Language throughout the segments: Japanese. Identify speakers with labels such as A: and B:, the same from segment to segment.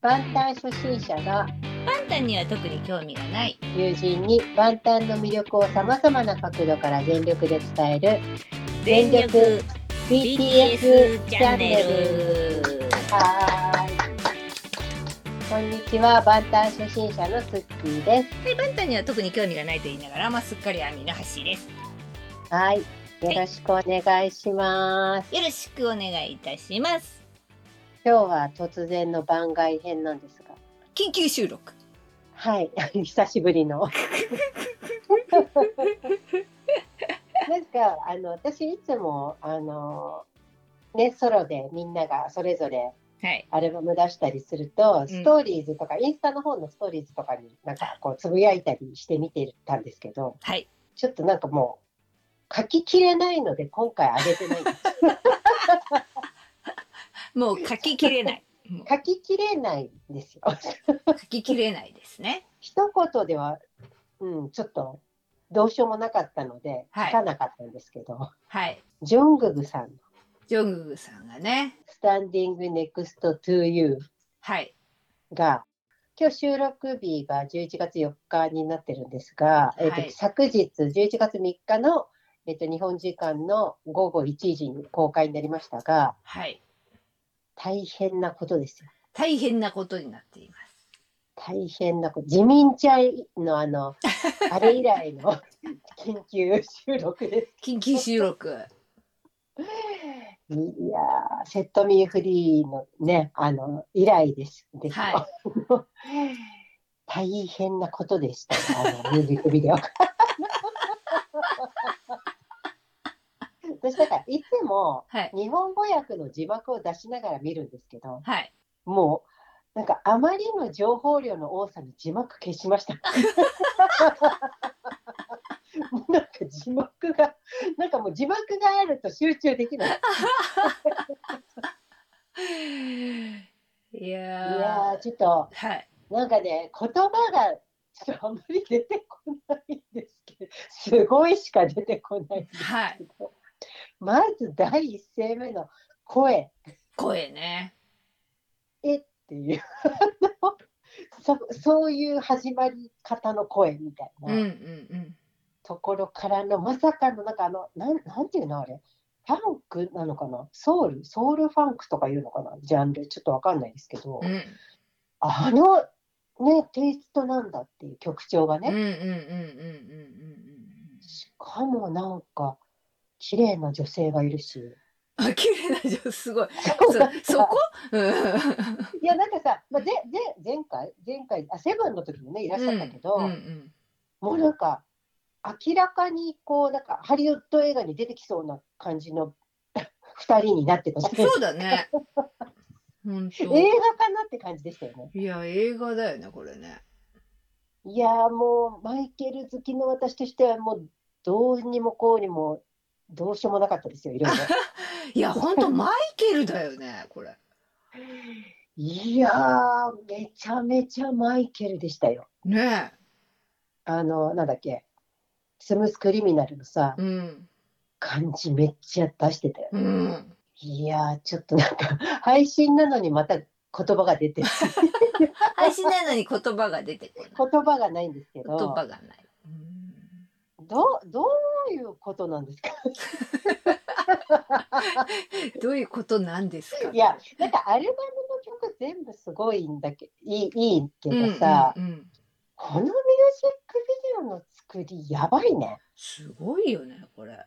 A: バンタン初心者が
B: パンタンには特に興味がない
A: 友人にバンタンの魅力をさまざまな角度から全力で伝える全力 BTS チャンネルはーいこんにちはバンタン初心者のスッキーです
B: はいパンタンには特に興味がないと言いながらまあすっかり網の端です
A: はいよろしくお願いします
B: よろしくお願いいたします
A: 今日は突然の番外編なんですが
B: 緊急収録
A: はい 久しぶりのなんかあの私いつもあのねソロでみんながそれぞれ
B: はい
A: アルバム出したりすると、ストーリーズとかインスタの方のストーリーズとかになんかこうつぶやいたりして見てたんですけど
B: はい
A: ちょっとなんかもう書ききれないので今回上げ てないんです
B: もう書ききれ ないもう
A: 書ききれないんですよ
B: 書ききれないですね
A: 一言ではうんちょっとどうしようもなかったので
B: はい
A: 書かなかったんですけど、
B: はい
A: ジョンググさんの
B: ジョングクさんがね
A: 「スタンディングネクストトゥユー」
B: はい
A: が今日収録日が11月4日になってるんですが、えっと
B: はい
A: 昨日11月3日の、えっと日本時間の午後1時に公開になりましたが
B: はい
A: 大変なことですよ
B: 大変なことになっています
A: 大変なこと自民ちゃんのあ のあれ以来の 緊急収録です。
B: 緊急収録
A: いやーセットミーフリーのねあの以来です。ですよ
B: は
A: 大変なことでしたね、あのミュージックビデオ。 私だからいつも
B: はい
A: 日本語訳の字幕を出しながら見るんですけど
B: はい
A: もうなんかあまりの情報量の多さに字幕消しました。 もうなんか字幕がなんかもう字幕があると集中できない。
B: いや
A: い
B: ー
A: やーちょっと
B: はい
A: なんかね、言葉がちょっとあんまり出てこないんですけど、すごいしか出てこないんです
B: はい
A: けど、まず第一声目の声
B: 声ね
A: っていう、 あのそそういう始まり方の声みたい
B: うんうん
A: な
B: うん
A: ところからの、まさかの、なんかあの、なんなんていうのあれ、ファンクなのかな、ソウル、ソウルファンクとかいうのかな、ジャンル、ちょっとわかんないですけど、
B: うん
A: あの、ね、テイストなんだっていう曲調がね。
B: うんうんうんうんうん
A: しかもなんか綺麗な女性がいるし
B: うん。あ、綺麗な女すごい。
A: そ
B: そそこ？うん。
A: いやなんかさ、まあ、でで前回前回あセブンの時もねいらっしゃったけど、
B: うんうん
A: もうなんか明らかにこうなんかハリウッド映画に出てきそうな感じの 二人になってたし
B: うんそうだね。本
A: 映
B: 当。
A: 画かなって感じでしたよね。
B: いや映画だよねこれね。
A: いやーもうマイケル好きの私としてはもうどうにもこうにもどうしようもなかったですよいろい ろ。
B: いや本当マイケルだよねこれ。
A: いやーめちゃめちゃマイケルでしたよ。
B: ね
A: あの、なんだっけ、スムースクリミナルのさ
B: え。、うん
A: 感じめっちゃ出してたよ
B: う
A: ね。
B: ん。
A: いやー、ちょっとなんか、 配信なのにまた言葉が出 てる、
B: 配信なのに言葉が出てこない。
A: 言葉がないんですけ
B: 言葉
A: ど、
B: がない。うん
A: どう、どういうことなん ですか
B: どういうことなんですか。
A: いや、なんかアルバムの曲全部すごいんだけいいいいけ
B: うんうん
A: どさ、
B: うん。
A: このミュージックビデオの作りやばいね。
B: すごいよねこれ。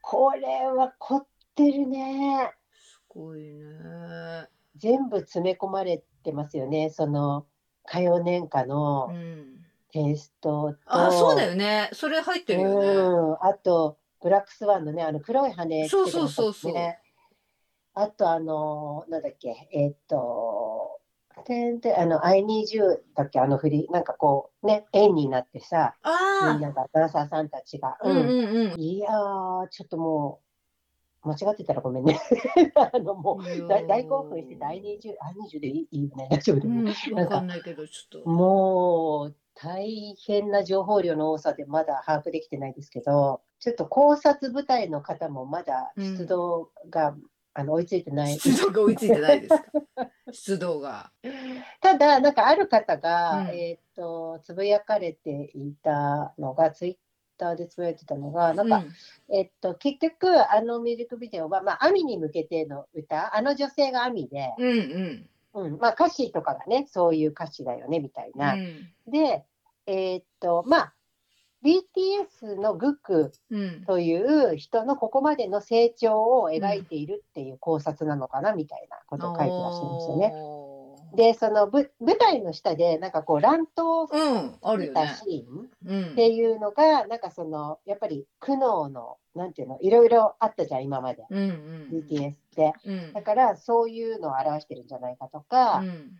A: これは凝ってるね。
B: すごいね。
A: 全部詰め込まれてますよね、その、歌謡年歌の。
B: うん。
A: テイストと、
B: あ、そうだよね。それ入ってるよね。
A: うん、あと、ブラックスワンのね、あの黒い羽つけてますね
B: そうそうそうそう
A: あと、あの、なんだっけ、えっと、てんてんあの、I need you だっけ、あの振り、なんかこう、ね、円になってさ、み
B: あ
A: んなが、ダンサーさんたちが、
B: あ。うんうんうん。
A: いやー、ちょっともう、間違ってたらごめんね。 あの、もう、大大興奮してた I need you、I need you でいいいいよね、大丈夫だ
B: う
A: よね
B: ん、わかんないけど、ちょっと。
A: もう大変な情報量の多さでまだ把握できてないですけど、ちょっと考察部隊の方もまだ出動が、あの追いついてない。
B: 出動が追いついてないですか。出動が。
A: ただ、なんかある方が、
B: うん
A: えーっと、つぶやかれていたのが、ツイッターでつぶやいてたのが、なんか、
B: うん
A: えっと、結局、あのミュージックビデオは、まあ、アミに向けての歌、あの女性がアミで、
B: うんうん
A: うん、まあ、歌詞とかがね、そういう歌詞だよね、みたいな。
B: うん
A: で、えーっと、まあ、BTS のグク
B: うん
A: という人のここまでの成長を描いているっていう考察なのかな、みたいなことを書いてらっしゃいましたよね。
B: おー
A: で、そのぶ舞台の下で、なんかこう、乱闘を
B: うん、ある
A: し
B: よ
A: た
B: ね
A: シ。ーン
B: うん
A: っ、ていうのが、なんかその、やっぱり苦悩の、なんていうの、いろいろあったじゃん、今まで。
B: うん、
A: BTS って。
B: うん、うん
A: だから、そういうのを表してるんじゃないかとか、
B: うん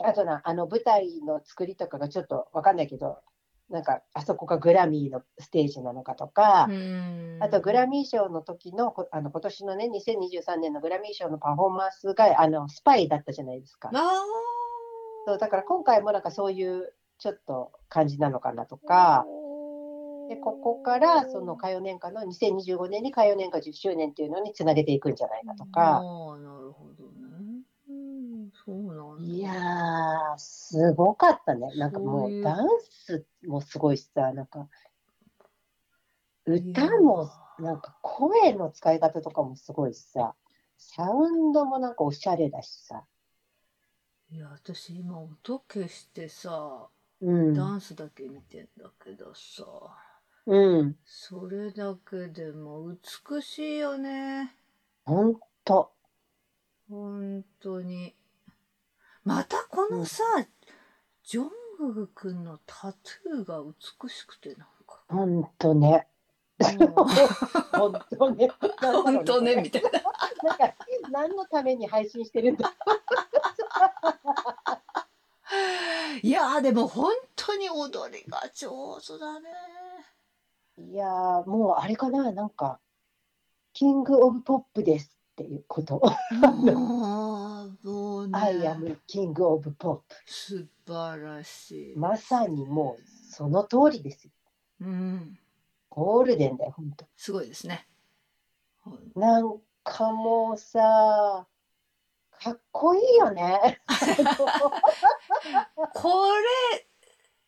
A: あとな、あの舞台の作りとかがちょっとわかんないけど、なんか、あそこがグラミーのステージなのかとか
B: う、ん、
A: あとグラミー賞の時の、こあの今年のね、2023年のグラミー賞のパフォーマンスが、あの、スパイだったじゃないですか。
B: あ
A: そうだから今回もなんかそういうちょっと感じなのかなと
B: ー
A: か、でここからその火曜年間の2025年に火曜年間10周年っていうのにつなげていくんじゃないかと
B: あ
A: か、
B: ーなるほどね。うん、そうなんだ。
A: いやー、すごかったね。なんかも
B: そう
A: う
B: いう
A: ダンスもすごいしさ、なんか歌も、なんか声の使い方とかもすごいしさ、サウンドもなんかおしゃれだしさ。
B: いや、私今音消してさ、
A: うん。
B: ダンスだけ見てんだけどさ、
A: うん。
B: それだけでも美しいよね。
A: ほんと。
B: 本当に。またこのさ、ジョングク君のタトゥーが美しくてなん か。
A: ほんとね。ほんとね。
B: 本当ね、みたいな。
A: なんか、何のために配信してるんだ
B: いやー、でも本当に踊りが上手だね。
A: いやー、もうあれかな、なんか、キング・オブ・ポップですっていうこと。
B: もう、もう
A: I
B: ね、
A: am King of Pop。
B: 素晴らしい。
A: まさにもう、その通りですよ。
B: うん、
A: ゴールデンだよ、本当。
B: すごいですね。
A: なんかもうさ、かっこいいよね。
B: これ、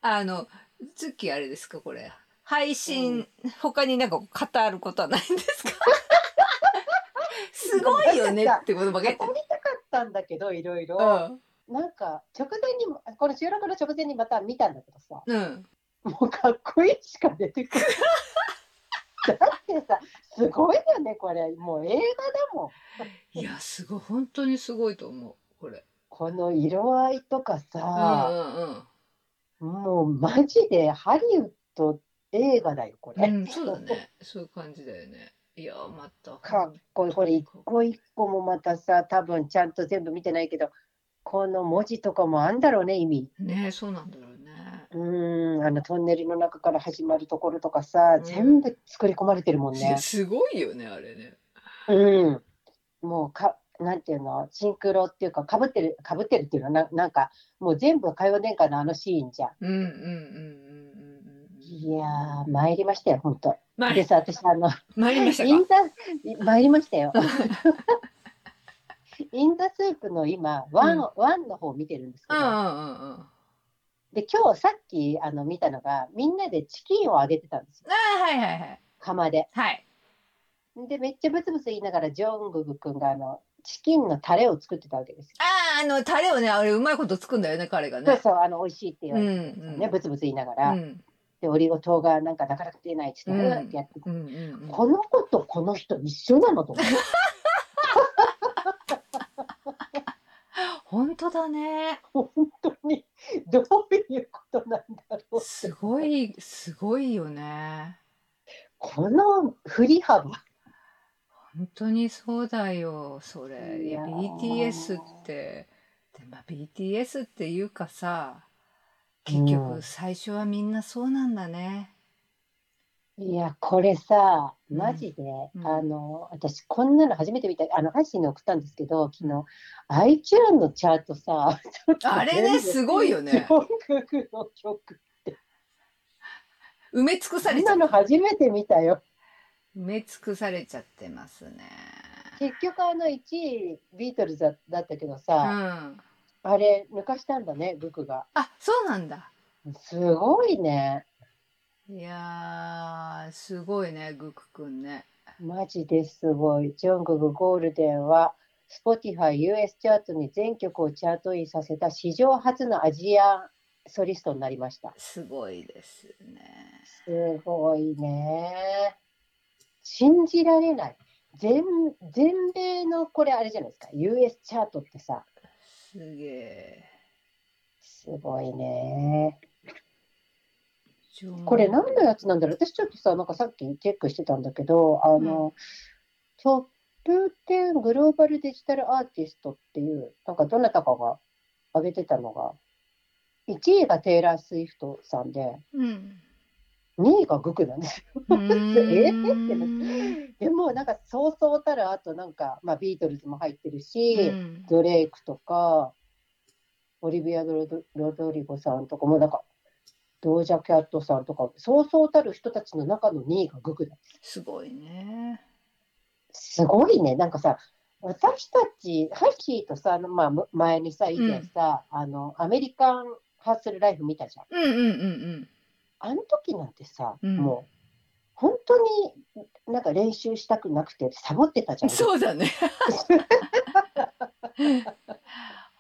B: あの、月あれですか、これ。配信、他になんか語ることはないんで すかすごいよねってことば
A: 語
B: か
A: り
B: り
A: た。かったんだけど、いろいうろ。
B: ん。
A: なんか、直前にも、この収録の直前にまた見たんだけどさ、
B: うん。
A: もうかっこいいしか出てこない。 だってさ、すごいよね、これ。もう映画だもん。
B: いや、すごい。本当にすごいと思う。これ。
A: この色合いとか
B: う
A: さ、
B: んうんうん。
A: もうマジでハリウッド映画だよ、これ。
B: うん、そうだね。そういう感じだよね。いや、また。
A: かっこいい。これ一個一個もまたさ、多分ちゃんと全部見てないけど、この文字とかもあんだろうね、意味。
B: ねえ、そうなんだろうね。
A: うーん、あのトンネルの中から始まるところとかさ、
B: うん
A: 全部作り込まれてるもん
B: いや
A: ね。
B: すごいよね、あれね。
A: うん。もうか、なんていうの、シンクロっていうか、かぶってる、かぶってるっていうのはな、なんか、もう全部、海洋殿下のあのシーンじゃん。
B: うんうんうんうんうんうん。
A: いやー、参りましたよ、本当。
B: ま
A: で
B: い、
A: さ、私、あの、
B: 参りました
A: イン
B: か。
A: ザ、参りました よ。インザスープの今、ワン、
B: うん
A: ワンの方を見てるんですけ
B: うん
A: ど、
B: うんうんうん。
A: で、今日さっき、あの、見たのが、みんなでチキンをあげてたん ですよ。
B: ああ、はいはいはい。
A: 釜で。
B: はい。
A: で、めっちゃブツブツ言いながら、ジョングク君が、あの、チキンのタレを作ってたわけですよ。
B: ああ、あの、タレをね、あれ、うまいことつくんだよね、彼が
A: そう
B: ね。
A: そう、あの、美味しいって言
B: う
A: わ
B: ん
A: れ
B: う
A: て、
B: ん。
A: ね、ブツブツ言いなが
B: う
A: ら、
B: ん
A: で、オリゴ糖がなんかなかなか出ないって言って、
B: うん
A: うわってやってて、
B: うんうん。
A: この子とこの人一緒なのと思って。
B: 本当だね。
A: 本当に、どういうことなんだろう。
B: すごい、すごいよね。
A: この振り幅。
B: 本当にそうだよ、それ。いや、
A: いやー
B: BTS って、でまあ、BTS っていうかさ、結
A: うん
B: 局最初はみんなそうなんだね。
A: いや、これさ、
B: うん
A: マジで、
B: ん
A: あの、私、こんなの初めて見た、あの、配信に送ったんですけど、昨日、iTunes のチャートさ、ちょっと
B: あれね、
A: 全部
B: すごいよね。
A: 全国の曲。
B: 埋め尽くさ
A: こ
B: れ
A: ん
B: ちゃ
A: なの
B: う。
A: 初めて見たよ。
B: 埋め尽くされちゃってますね。
A: 結局あの1位ビートルズだだったけど
B: う
A: さ、
B: ん。
A: あれ抜かしたんだねグクが
B: あ、そうなんだ。
A: すごいね
B: いやー、すごいね、グクくんね。
A: マジですごいジョングクゴールデンは Spotify US チャートに全曲をチャートインさせた史上初のアジアンソリストになりました
B: すごいですね。
A: すごいね。信じられない。全全米のこれあれじゃないですか。US チャートってさ、
B: すげえ。
A: すごいね。
B: ジョン
A: これ何のやつなんだろう。私ちょっとさ、なんかさっきチェックしてたんだけど、あの、トップ10グローバルデジタルアーティストっていう、なんかどなたかが挙げてたのが、1位がテイラー・スウィフトさんで、
B: うん。
A: 2位がグクなんですよ
B: え
A: えでもなんかそうそうたるあとなんか、まあ、ビートルズも入ってるし、
B: うん
A: ドレイクとかオリビア・ロドロドリゴさんとかもなんかドージャ・キャットさんとかそうそうたる人たちの中の2位がグクだ
B: すごいね。
A: すごいねなんかさ私たちハッシーとさ、あのまあ、む前にさ以前さ、あのアメリカンハッスルライフ見たじゃん
B: うんうんうん
A: あの時なんてさ、
B: うん
A: もう本当になんか練習したくなくてサボってたじ
B: う
A: ゃ
B: ん。
A: ん
B: そう だね。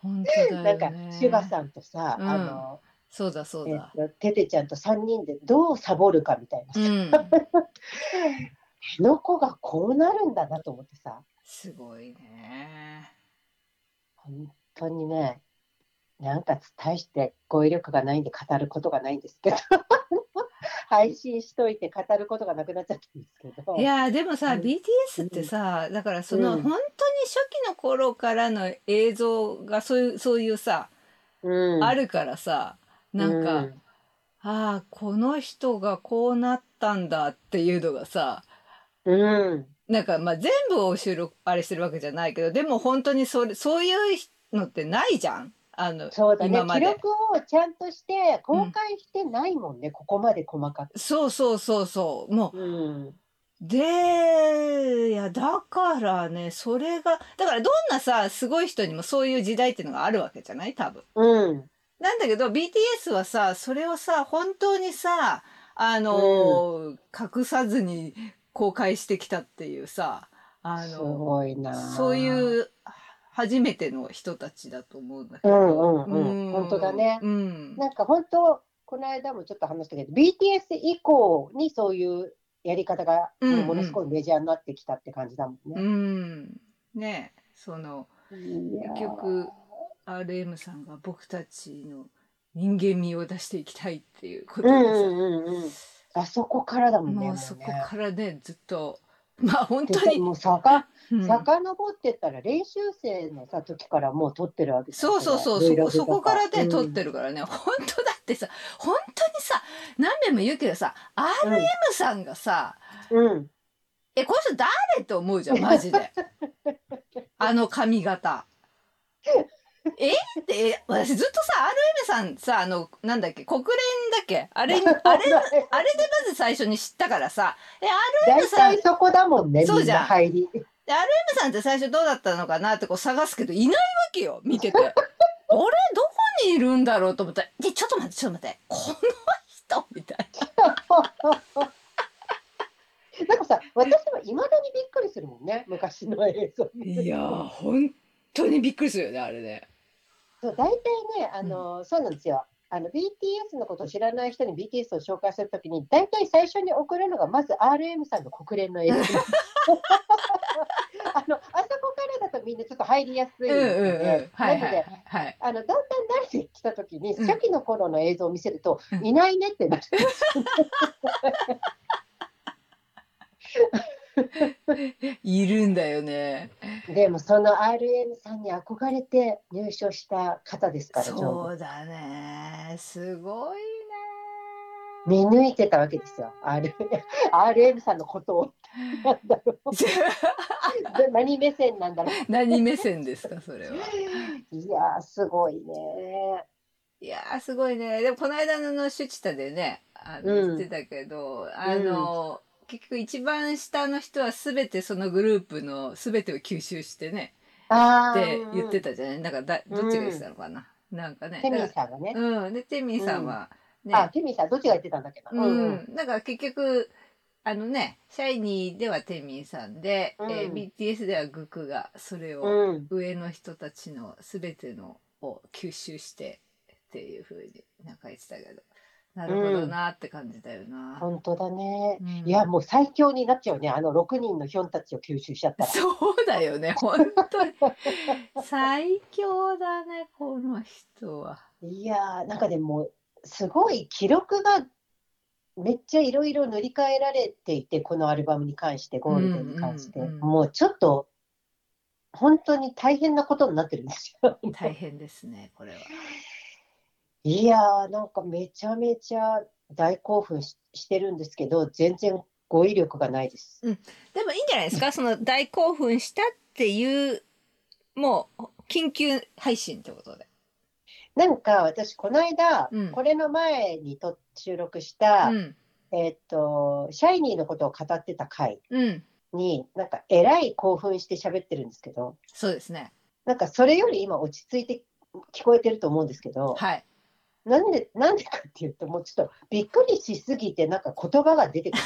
B: 本当だ
A: なん
B: よね。
A: か、シュガさんとさ、
B: うん
A: あの、
B: そうだそう
A: え
B: だ。
A: っと、テテちゃんと3人でどうサボるかみたいなさ、
B: うん。
A: あの子がこうなるんだなと思ってさ、
B: すごいね。
A: 本当にね、なんか大して語彙力がないんで語ることがないんですけど、 配信しといて語ることがなくなっちゃったんですけど、
B: いやーでもさ、
A: うん
B: BTS ってさ、だからその、
A: うん
B: 本当に初期の頃からの映像がそういうそういうさ、
A: うん、
B: あるからさなんか、
A: うん
B: ああこの人がこうなったんだっていうのがさ
A: うん、
B: なんかまあ全部を収録あれしてるわけじゃないけどでも本当にそれそういうのってないじゃんあの
A: そうだね
B: 今、ま
A: 記
B: で
A: 録をちゃんとして公開してないもんね、ここまで細かく。
B: そうそうそうそうもう
A: うん、
B: でいやだからねそれがだからどんなさすごい人にもそういう時代っていうのがあるわけじゃない多分。
A: うん、
B: なんだけど BTS はさそれをさ本当にさあのー隠さずに公開してきたっていうさあ
A: す
B: の
A: ごいな。
B: そう
A: う
B: いう初めての人たちだと思うんだけ
A: う
B: ど。
A: んうんうん
B: う
A: 本当だね
B: うん、
A: なんか本当、この間もちょっと話したけど、BTS 以降にそういうやり方が
B: うんうん
A: もうものすごいメジャーになってきたって感じだもん
B: う
A: ね。
B: ん、ねその
A: いやー
B: 結局 RM さんが僕たちの人間味を出していきたいっていうこと
A: う
B: で
A: ん
B: さ、
A: うんうんうん。あそこからだもんね。
B: も
A: もう
B: う
A: ね
B: そこからねずっとまあ本
A: で
B: 当
A: さ
B: に、
A: もうさか、
B: うん
A: 遡ってったら練習生のさ時からもう撮ってるわけじゃん
B: そうそうそう、
A: れ
B: そ
A: ブイロ
B: こ、
A: グと
B: そこからね、撮っ
A: る。
B: てるからね、本当だってさ、本当にさ、何遍も言うけどさ、
A: う
B: RM
A: ん
B: さんがさ、
A: うんうん
B: え、この人誰と思うじゃん、マ ジで。あの髪型。えって、え私ずっとさ、RM さんさ、あの、なんだっけ、国連だっけあれに、あれ、あれでまず最初に知ったからさ、え、
A: 大
B: RM さん、
A: 体そこだもんね、
B: そう
A: みん
B: じゃ
A: なん入り。
B: M さんって最初どうだったのかなってこう探すけどいないわけよ見 ててあれどこにいるんだろうと思ったら「でちょっと待ってちょっと待ってこの人」みたい
A: なんかさ、私もいまだにびっくりするもんね、昔の映像見て
B: ないやー本当にびっくりするよねあれね
A: そう大体ねあの、そうなんですよあの BTS のことを知らない人に BTS を紹介するときに大体最初に送るのがまず RM さんの国連の 映像あのあそこからだとみんなちょっと入りやすい
B: うん
A: の
B: うんうん
A: で
B: は
A: ない
B: は
A: の
B: い
A: で
B: はい
A: あのだんだん慣れてきたときに
B: うん
A: 初期の頃の映像を見せると、
B: うん
A: いないねってなる
B: いるんだよね
A: でもその RM さんに憧れて入賞した方ですからジョング
B: そうだねす ごいね
A: 見抜いてたわけですよ R- RM さんのことをなんだろうで何目線なんだろう
B: 何目線ですかそれはい
A: やーすごいね。
B: いやーすごいねでもこの間の「シュチタ」でねあの
A: うん
B: 言ってたけど、あの、結局一番下の人は全てそのグループの全てを吸収してね
A: あ
B: っ
A: ー
B: て言って
A: うん
B: たじゃないなんかだどっちが言ってたのかな、なんかね
A: テミ
B: だ
A: ー
B: か
A: さんがね。
B: らうんでテミーさんはね、
A: あ、テミーさん、どっちが言ってたんだっけな。
B: うん、だから結局あのねシャイニーではテミーさんで、
A: うん
B: えー BTS ではグクがそれ
A: う
B: を
A: ん。うん。
B: 上の人たちの全てのを吸収してっていう風になんか言ってたけどなるほどなって感じだよな。
A: 本当だね。
B: うん
A: いや、もう最強になっちゃうね。あの6人のヒョンたちを吸収しちゃったら。
B: そうだよね本当に最強だねこの人は。
A: いやー、なんかでも、すごい記録がめっちゃいろいろ塗り替えられていて、このアルバムに関して、ゴールデンに関して、
B: うんうんうん
A: もうちょっと、本当に大変なことになってるんですよ。
B: 大変ですねこれは。
A: いやー、なんかめちゃめちゃ大興奮ししてるんですけど、全然語彙力がないです。
C: でもいいんじゃないですかその大興奮したっていうもう緊急配信ってことで。
A: なんか私、この間、
B: うん
A: これの前にと収録した、
B: うん
A: えーっと、シャイニーのことを語ってた回
B: うん
A: に、なんかえらい興奮して喋ってるんですけど、
B: そうですね
A: なんかそれより今落ち着いて聞こえてると思うんですけど、
B: はい。
A: なんで、なんでかっていうと、もうちょっとびっくりしすぎて、なんか言葉が出てくる。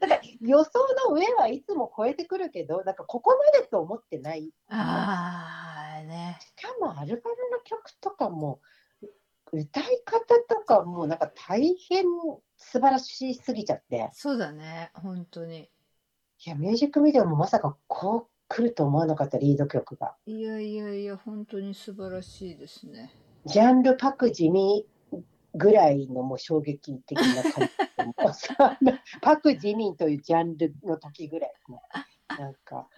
A: なんか予想の上はいつも超えてくるけど、なんかここまでと思ってない。
B: ああね。
A: しかもアルバムの曲とかも、歌い方とかもなんか大変素晴らしすぎちゃって、
B: そうだね、本当に。
A: いや、ミュージックビデオもまさかこう来ると思わなかったリード曲が。
B: いやいやいや、本当に素晴らしいですね。
A: ジャンルパク地味ぐらいのもう衝撃的な感じ もうさパク・ジミンというジャンルの時ぐらいのなんか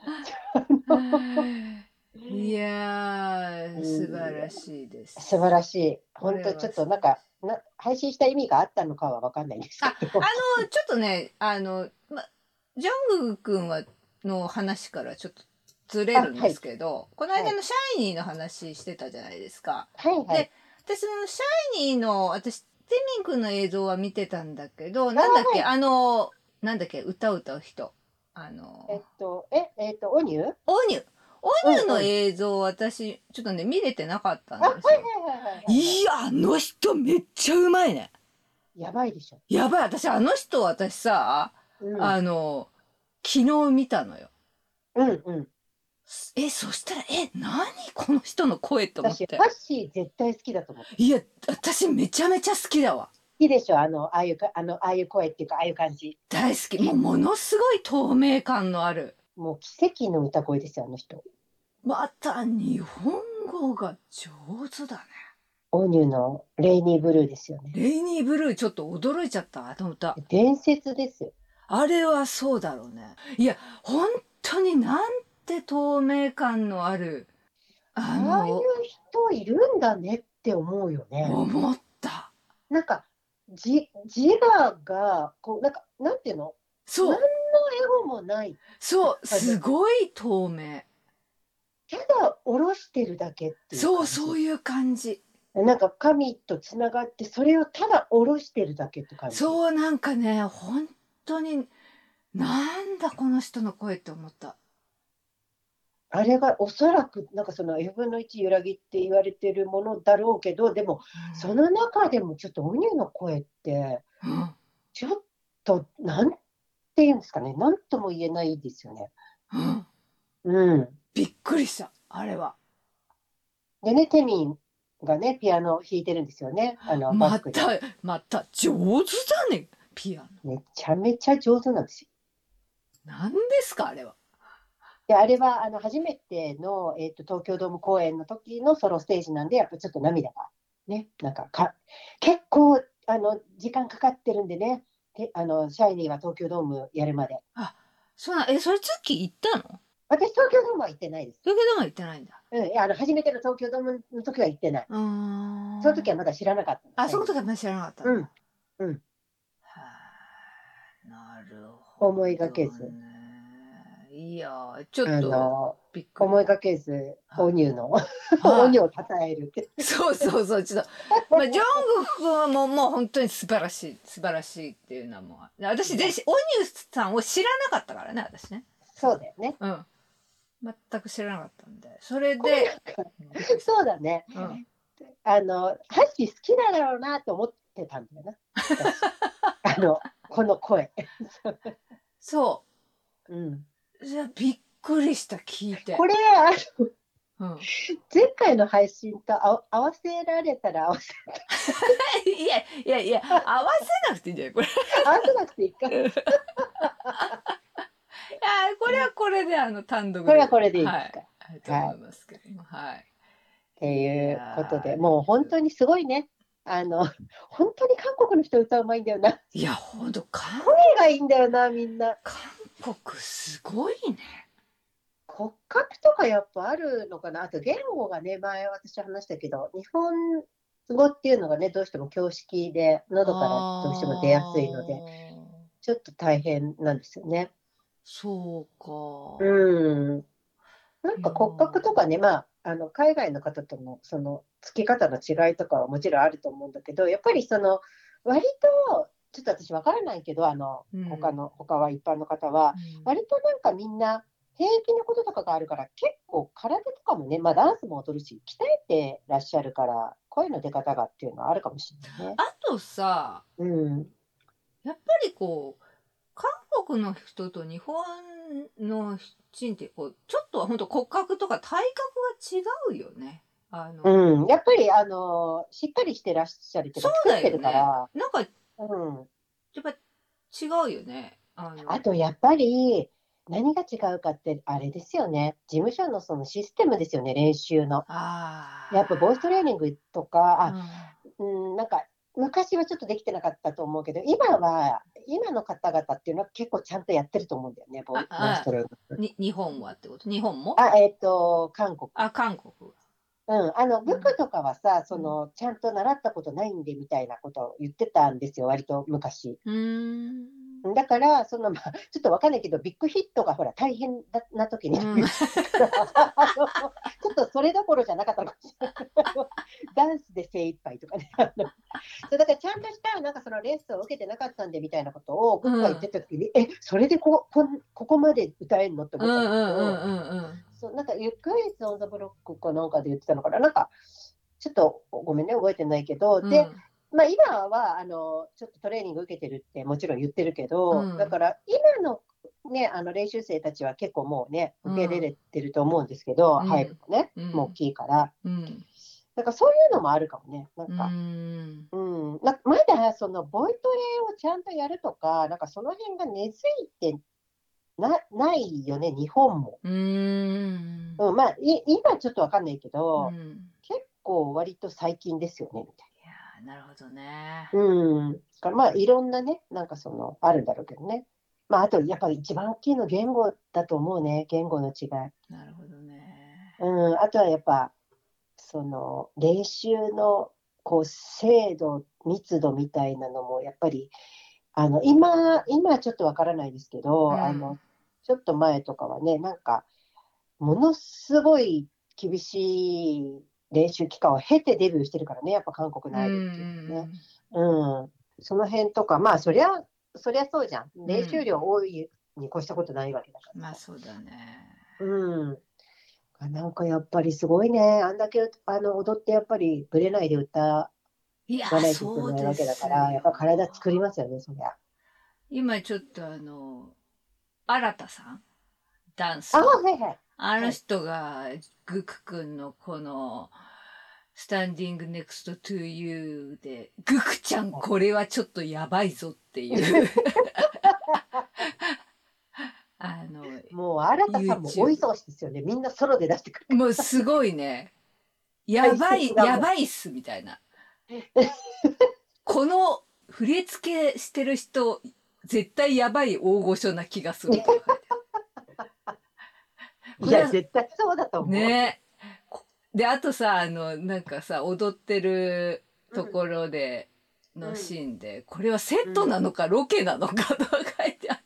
B: いやー、
A: うん
B: 素晴らしいです。
A: 素晴らしい
B: これ
A: 本
B: は
A: 当ちょっとなんかな配信した意味があったのかは分かんないですけど
B: あの、ちょっとね、あの、ま、ジョングク君は、の話からちょっとずれるんですけど、この間のシャイニーの話してたじゃないですか。
A: はいはい
B: で私のシャイニーの、私、テミン君の映像は見てたんだけど、なんだっけ、あの、なんだっけ、歌を歌う人。あの、
A: えっとええっとオニュー
B: オニュオニュの映像、私ちょっとね見れてなかったん
A: あはいは
B: で
A: い
B: すよ。
A: は
C: いや
A: いはい
C: あの人めっちゃうまいね。
A: やばいでしょ、
B: やばい私あの人私さ、
A: うん、
B: あの昨日見たのよ。
A: うんうん
B: えそしたらえ何この人の声と思っ
A: 私
B: て
A: ハ。ッシー絶対好きだと思う好
B: いや私めちゃめちゃ好きだわ。
A: きでしょあのああいうかあのああいう声っていうかああいう感じ
B: 大好きもうものすごい透明感のある。
A: もう奇跡の歌声ですよあの人
B: また日本語が上手だね。
A: オニューのレイニーブルーですよね
B: レイニーブルーちょっと驚いちゃったあの歌。
A: 伝説ですよ。
B: あれはそうだろうね。いや、本当になんて透明感のある、あ
A: ああいう
B: の、
A: 人いるんだねって思うよね。
B: 思った。
A: なんかじ自我がこうなんかなんていうの何
B: そ
A: の
B: う、
A: エゴもない
B: そう、すごい透明。
A: ただ下ろしてるだけっていう
B: そう、そう
A: い
B: いう感じ。
A: うなんか神とつながってそれをただ下ろしてるだけって感じう
B: そう、なんかね、本当に、なんだこの人の声って思った。
A: あれがおそらくなんかその F 分の1揺らぎって言われてるものだろうけどでもその中でもちょっとオニューの声って
B: うん
A: ちょっとなんていうんですかねなんとも言えないですよね。
B: う
A: う
B: ん
A: ん
B: びっくりした、あれは。
A: でね、テミンがね、ピアノを弾いてるんですよね。あの、バ
B: ま
A: ックで。
B: た、また、上手だね、ピアノ。
A: めちゃめちゃ上手なんですよ。
B: 何ですか、あれは。
A: で、あれは、あの、初めての、えっ、と、東京ドーム公演の時のソロステージなんで、やっぱちょっと涙が、ね、なんかか、結構、あの、時間かかってるんでね、であの、シャイニーは東京ドームやるまで。
C: そうなえそれツッキー行ったの？
A: 私、東京ドームは行ってないです。
C: それけども行ってないんだ。
A: うん、いやあの、初めての東京ドームの時は行ってない。
B: うーん
A: その時はまだ知らなかった。
B: あ、その時はまだ知らなかった。
A: うん
B: は
A: うん
B: あなるほど、ね。
A: 思いがけず。
B: いやー、ちょ
A: あ
B: っと、
A: の、
B: びっくり
A: 思いがけず、
B: はい
A: お乳の、
B: は
A: お
B: い
A: 乳をたたえるって。
B: そうそうそ う、ちょっと。まあ、ジョングク君はもう、もう本当に素晴らしい、素晴らしいっていうのはもう。私、全身、オニューさんを知らなかったからね、私ね。
A: そうだよ ね。
B: うん。全く知らなかったんで。それで、
A: そうだね。
B: うん、
A: あの、ハッシー好きなんだろうなと思ってたんだよ な。私あの、この声。
B: そ
A: うん。
B: う。じゃびっくりした、聞いて。
A: これ、あ
B: うん、
A: 前回の配信とあ合わせられたら合わせ
B: いや、いや、いや、合わせなくていいんじゃないこれ。
A: 合わせなくていい か。
B: あこれはこれで、あの、単独で。
A: これはこれでいいですか。
B: はい。はい、と思いますけども。はい。
A: っていうこと
B: いや
A: で
B: ー
A: もう本当にすごいね。あの本当に韓国の人歌うまいんだよな。声
B: いや、ほんと、韓
A: がいいんだよなみんな。
B: 韓国、すごいね。
A: 骨格とかやっぱあるのかな。あと言語がね前私話したけど日本語っていうのがねどうしても教式で喉からどうしても出やすいの
B: あ
A: で
B: ー。
A: ちょっと大変なんですよね。
B: そうか。
A: うん。なんか骨格とかね、まあ、あの海外の方とのそのつき方の違いとかはもちろんあると思うんだけど、やっぱりその割とちょっと私わからないけど、あの
B: うん
A: 他の他は一般の方は割となんかみんな平気なこととかがあるから結構体とかもね、まあダンスも踊るし鍛えてらっしゃるから声の出方がっていうのはあるかもしれないね。
B: あとさ、
A: うん。
B: やっぱりこう、韓国の人と日本の人ってこう、ちょっとは本当骨格とか体格が違うよね。あの、
A: うん、やっぱりあのしっかりしてらっしゃるっていうか
B: そう
A: 作
B: だよね
A: ってるから、
B: なんかや
A: うん。
B: っぱ違うよね。あの
A: あとやっぱり何が違うかってあれですよね事務所のそのシステムですよね練習の
B: あー
A: やっぱボイストレーニングとか
B: う
A: あ、う
B: ん
A: ん、なんか昔はちょっとできてなかったと思うけど今は今の方々っていうのは結構ちゃんとやってると思うんだよねボイボイ
B: あ
A: ストレーニング。
B: に日本はってこと日本も
A: あえっ、と韓国、
B: あ、韓国。
A: うん、あの部下とかはさ、そのちゃんと習ったことないんでみたいなことを言ってたんですよ割と昔。
B: うーん。
A: だから、そのまあ、ちょっとわかんないけど、ビッグヒットがほら、大変だな時に、
B: うん
A: あのちょっとそれどころじゃなかったのかもしれない。ダンスで精一杯とかね。あのそうだから、ちゃんとした、なんかそのレッスンを受けてなかったんでみたいなことを、僕が言ってた時に、え、それでここんここまで歌えるのって
B: う
A: 思
B: ん
A: っ
B: う
A: たん
B: ん
A: だけど、
B: うんうんうん。
A: そうなんか、ゆっくりオン・ザ・ブロックかなんかで言ってたのかな。なんか、ちょっとごめんね、覚えてないけど、で、まあ、今はあのちょっとトレーニング受けてるってもちろん言ってるけど、
B: うん
A: だから今の,、ね、あの練習生たちは結構もうね
B: うん
A: 受け入れてると思うんですけど、
B: うん
A: 早くもね、
B: うん
A: もう大きいから
B: うん、
A: なんかそういうのもあるかもねな
B: うん
A: か、
B: ん
A: うんなんかまだそのボイトレをちゃんとやるとかなんかその辺が根付いてなないよね日本も、
B: うーん
A: うんまあ、い今ちょっとわかんないけど、
B: うん
A: 結構割と最近ですよねみたいな。
B: いやーなるほどね。
A: うん。だからまあいろんなね、なんかその、あるんだろうけどね。まああとやっぱり一番大きいの言語だと思うね、言語の違い。
B: なるほどね。
A: うん。あとはやっぱ、その、練習の、こう、精度、密度みたいなのも、やっぱり、あの、今、今はちょっとわからないですけど、
B: うん
A: あの、ちょっと前とかはね、なんか、ものすごい厳しい練習期間を経てデビューしてるからね、やっぱ韓国のアイドルっていうのはね。うん、その辺とか、まあそりゃ、そりゃそうじゃん。練習量多いに越したことないわけだか
B: うんま
A: ら
B: あ
A: さ。
B: そうだね。
A: うん。なんかやっぱりすごいね。あんだけあの踊ってやっぱりブレないで歌わ
B: いや
A: ないとい
B: そう
A: けない
B: で
A: わけ
B: す
A: だから、やっぱ体作り
B: ま
A: ますよね、そりゃ。
B: 今ちょっとあの新田さんダンス
A: あ、
B: の
A: はいはい。
B: あの人がグク君のこの「Standing Next to You」で「グクちゃんこれはちょっとやばいぞ」っていうあの
A: もう新田さんも
B: YouTube
A: 大忙しですよね。みんなソロで出して くる。
B: もうすごいね。やばい、
A: 大切だもん
B: やばいっす、みたいな。この振り付けしてる人、絶対やばい大御所な気がする。
A: いや、絶対そうだと思う。
B: ねこで、あとさ、あの、なんかさ、踊ってるところで、のシーンで、これはセットなのか、ロケなのかとか書いてあっ
A: う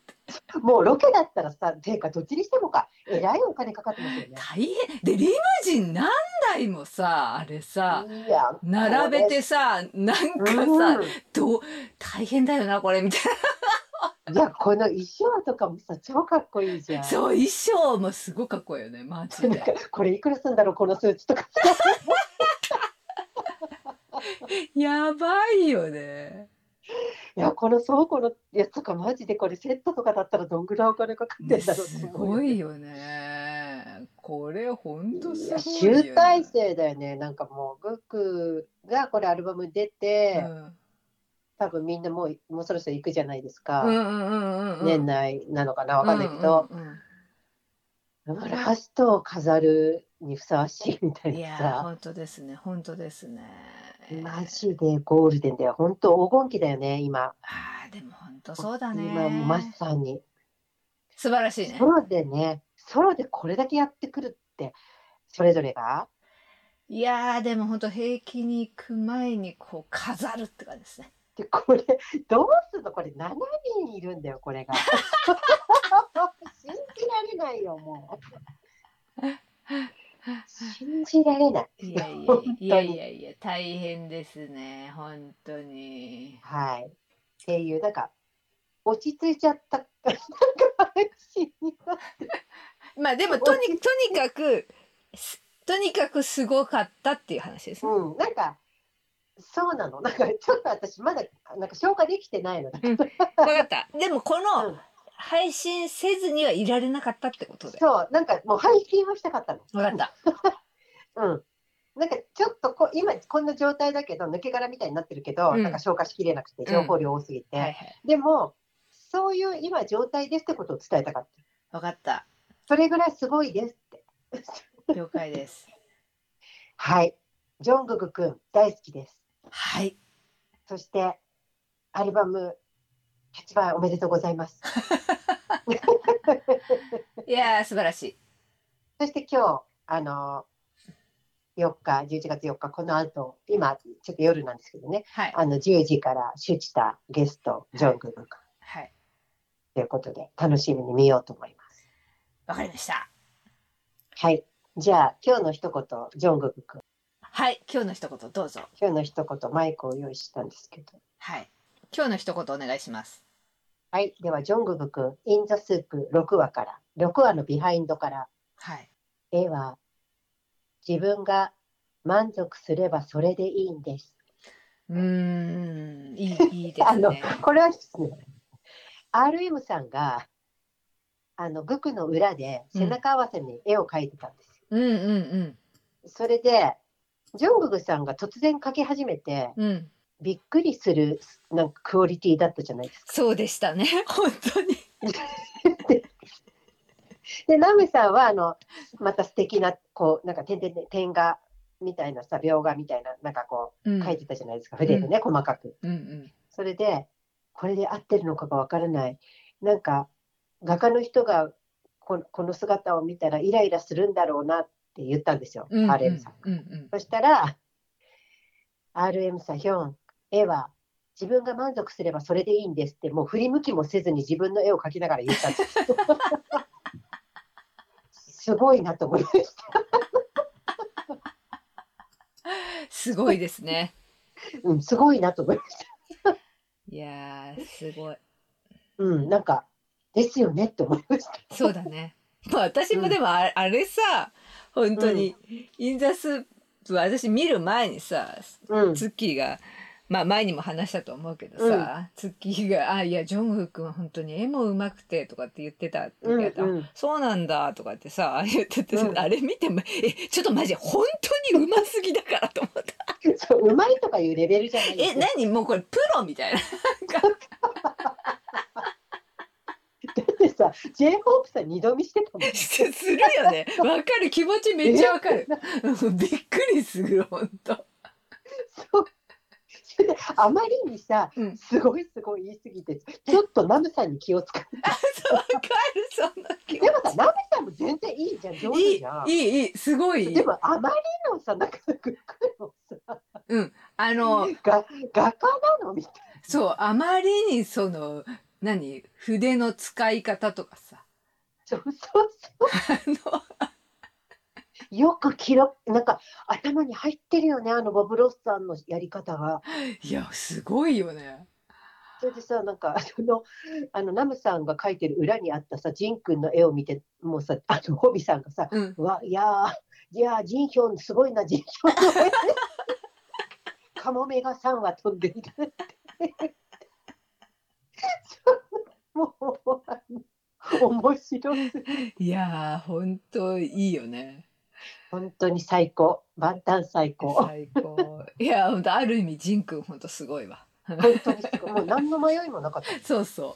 A: ん。もうロケだったらさ、ていうかどっちにしてもか、えらいお金かかってますよね。
B: 大変でリムジン何台もさあれさ
A: いや、
B: 並べてさなん
A: う
B: か
A: ん、
B: さ、どう大変だよなこれみたい
A: いや、この衣装とかもさ、超かっこいいじゃん。
B: なそう衣装もすごいかっこいいよねマ ジ
A: なんか
B: で
A: これいくらすんだろう、このスーツとか。
B: やばいよね
A: いや、この倉庫のやつとか、マジでこれセットとかだったら、どんぐらいお金かかってんだろうって
B: す
A: 思う
B: ごいよねこれほんとす
A: いや
B: ごいよね
A: 集大成だよね、なんかもう、グックがこれアルバムに出て、
B: うん
A: 多分みんなもう、もうそろそろ行くじゃないですか。
B: うんうんうんうん
A: 年内なのかな、わかんないけど、
B: うんうんうん
A: ラストを飾るにふさわしいみたい
B: い
A: な
B: や
A: さ、
B: 本当ですね本当ですね
A: マジでゴールデンだよ、本当黄金期だよね、今。
B: あーでも本当そうだね
A: 今まさに。
B: 素晴らしいね
A: ソロでね、ソロでこれだけやってくるって、それぞれが。
B: いやーでも本当平気に行く前にこう飾るって感じですね
A: で、これ、どうすんのこれ、7人いるんだよ、こ れが。信じられないよ、もう。信じられない。
B: いやい
A: 本当に
B: やいやいやいや大変ですね本当に
A: はい。っていう、なんか、落ち着いちゃった、なんか話になっ
C: まあでもとにとにかくすとにかくすごかったっていう話ですね。
A: うん、なんか、そうなの。なんか、ちょっと私、まだ、なんか、消化できてないの。
C: わかった。でもこ
A: う
C: の
A: ん
C: 配信せずにはいられなかったってことで。
A: そう、なんか、もう配信をしたかったの。
B: 分かった
A: うん。なんかちょっとこ今こんな状態だけど抜け殻みたいになってるけど、
C: うん
A: なんか消化しきれなくて情報量多すぎて、
B: はいはい
A: でもそういう今状態ですってことを伝えたかった
B: 分かった
A: それぐらいすごいですって
B: 了解です
A: はいジョングク君大好きです
B: はい
A: そしてアルバム発売おめでとうございます
B: いやー素晴らしい
A: そして今日あの4日11月4日この後今ちょっと夜なんですけどね
B: はい
A: あの10時からシュチタゲストジョングク君
B: はい
A: ということで、楽しみに見ようと思います。
B: わかりました
A: はい。じゃあ、今日の一言、ジョングク君、
B: はい今日の一言どうぞ
A: 今日の一言、マイクを用意したんですけど。
B: はい今日の一言お願いします
A: はい。では、ジョングク君、インザスープ6話から、6話のビハインドから、
B: はい
A: 絵は、自分が満足すればそれでいいんです。
B: うーんいいいい で
A: あ
B: す
A: の
B: ね、
A: これはですね、RM さんが、あの、グクの裏で背中合わせに絵を描いてたんですよ。
B: うんうん
A: それで、ジョングクさんが突然描き始めて、
B: うんうん
A: びっくりするなんかクオリティだったじゃないですか。
B: そうでしたね 本当に
A: でナムさんはあのまた素敵なこうなんか点々点画みたいなさ描画みたいななんかこ
B: う
A: うん描いてたじゃないですか、筆でね細かく。
B: うんうん
A: それでこれで合ってるのかがわからないなんか画家の人がここの姿を見たらイライラするんだろうなって言ったんですよ、
B: うんうん
A: ハーレムさんが。
B: うんうん
A: そしたら RM さんヒョン絵は自分が満足すればそれでいいんですってもう振り向きもせずに自分の絵を描きながら言ったんです。す ごいなと思いまし
B: すごいですね
A: た。うん、すごいなと思いました。
B: いやーすごい
A: うん、なんかですよねって思いました。
B: そうだね。まあ私もでもあれ,、あれさ本当に、インザスープ私見る前にさ
A: うん、
B: ツッキーがまあ前にも話したと思うけどさ、ツッキーが「あいやジョンフ君は本当に絵もうまくて」とかって言ってたって
A: うん、
B: 言ったら
A: うん、
B: そうなんだ」とかってさ 言ってて、
A: うん
B: あれ見ても「えちょっとマジ本当にうますぎだから」と思った
A: そう、うまいとかいうレベルじゃない
B: 「
A: です
B: え
A: よ。
B: 何もうこれプロ」みたいな。
A: だって さ、J ホープさん二度見してたもん。
B: するよねわかる気持ちめっちゃわかるうん びっくりする本当
A: そう。それであまりにさ、
B: うん
A: すごいすごい言い過ぎて、ちょっとナムさんに気を使って
B: そうわかるそんな気持
A: でもさ、ナベさんも全然いいじゃん、上
B: い
A: 手
B: い
A: じゃん。
B: いいいいすごいいい
A: でも、あまりのさ、なんか、グックのさ、
B: うんあ
A: が
B: の
A: 画家なのみたい
B: そうあまりにその何筆の使い方とかさ
A: そうそうそう。
B: あの
A: よく記録、なんか頭に入ってるよね、あのボブ・ロスさんのやり方が。
B: いやすごいよね
A: それでさ、なんか、その、あの、ナムさんが描いてる裏にあったさ、ジン君の絵を見て、もうさ、あの、ホビさんがさ、
B: うん
A: うわ、いやー、いやー、ジンヒョン、すごいな、ジンヒョンの絵。カモメが3羽飛んでいるって。もう、あの面白い。
B: いやー本当いいよね
A: 本当に最高。万端最高。
B: 最高いや本当ある意味ジン君本当すごいわ
A: 本当にすごい。もう何の迷いもなかった。
B: そうそ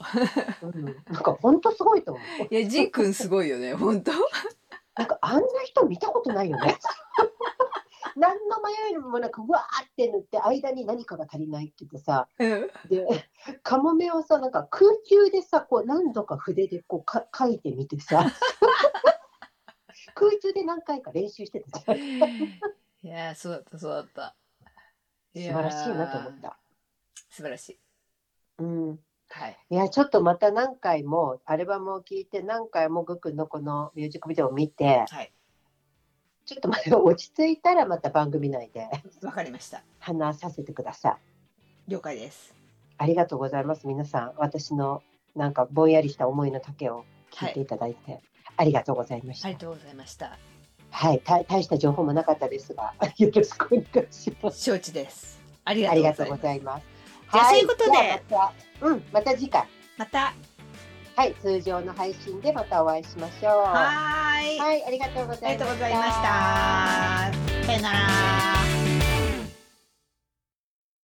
A: うん、なんか本当すごいと思う。
B: ういやジン君すごいよ ね本当
A: なんかあんな人見たことないよね。 何の迷いもなくうわーって塗って間に何かが足りないって言ってさ
B: うん
A: でカモメをさなんか空中でさこう何度か筆でこうか書いてみてさ空中で何回か練習してたじゃん素
B: いやーそうだったそうだった
A: 晴らしいなと思っ
B: やー
A: た。
B: 素晴らしい
A: うん、
B: はい
A: いやちょっとまた何回もアルバムを聴いて何回もグックンのこのミュージックビデオを見て
B: はい
A: ちょっとまた落ち着いたらまた番組内で
B: わかりました
A: 話させてください。
B: 了解です
A: ありがとうございます。皆さん、私のなんかぼんやりした思いの丈を聞いていただいて、ありがとうございました。
B: あ
A: は
B: り
A: い、
B: がとうございました
A: た大した情報もなかったですが、 よろしくお願いします。
B: 承知ですありが
A: あ
B: と
A: り
B: うご
A: が
B: ざ
A: と
B: いうま
A: ご
B: す
A: ざいます。
C: じゃあ
A: はい
C: そういうことで
A: じゃあまた、うん、また次回、
C: また
A: はい、通常の配信でまたお会いしましょう。
B: はーい
A: はい、ありがとうご
B: あ
A: ざ
B: り
A: い
B: が
A: ま
B: とうご
A: した
B: ざいました。さよなら。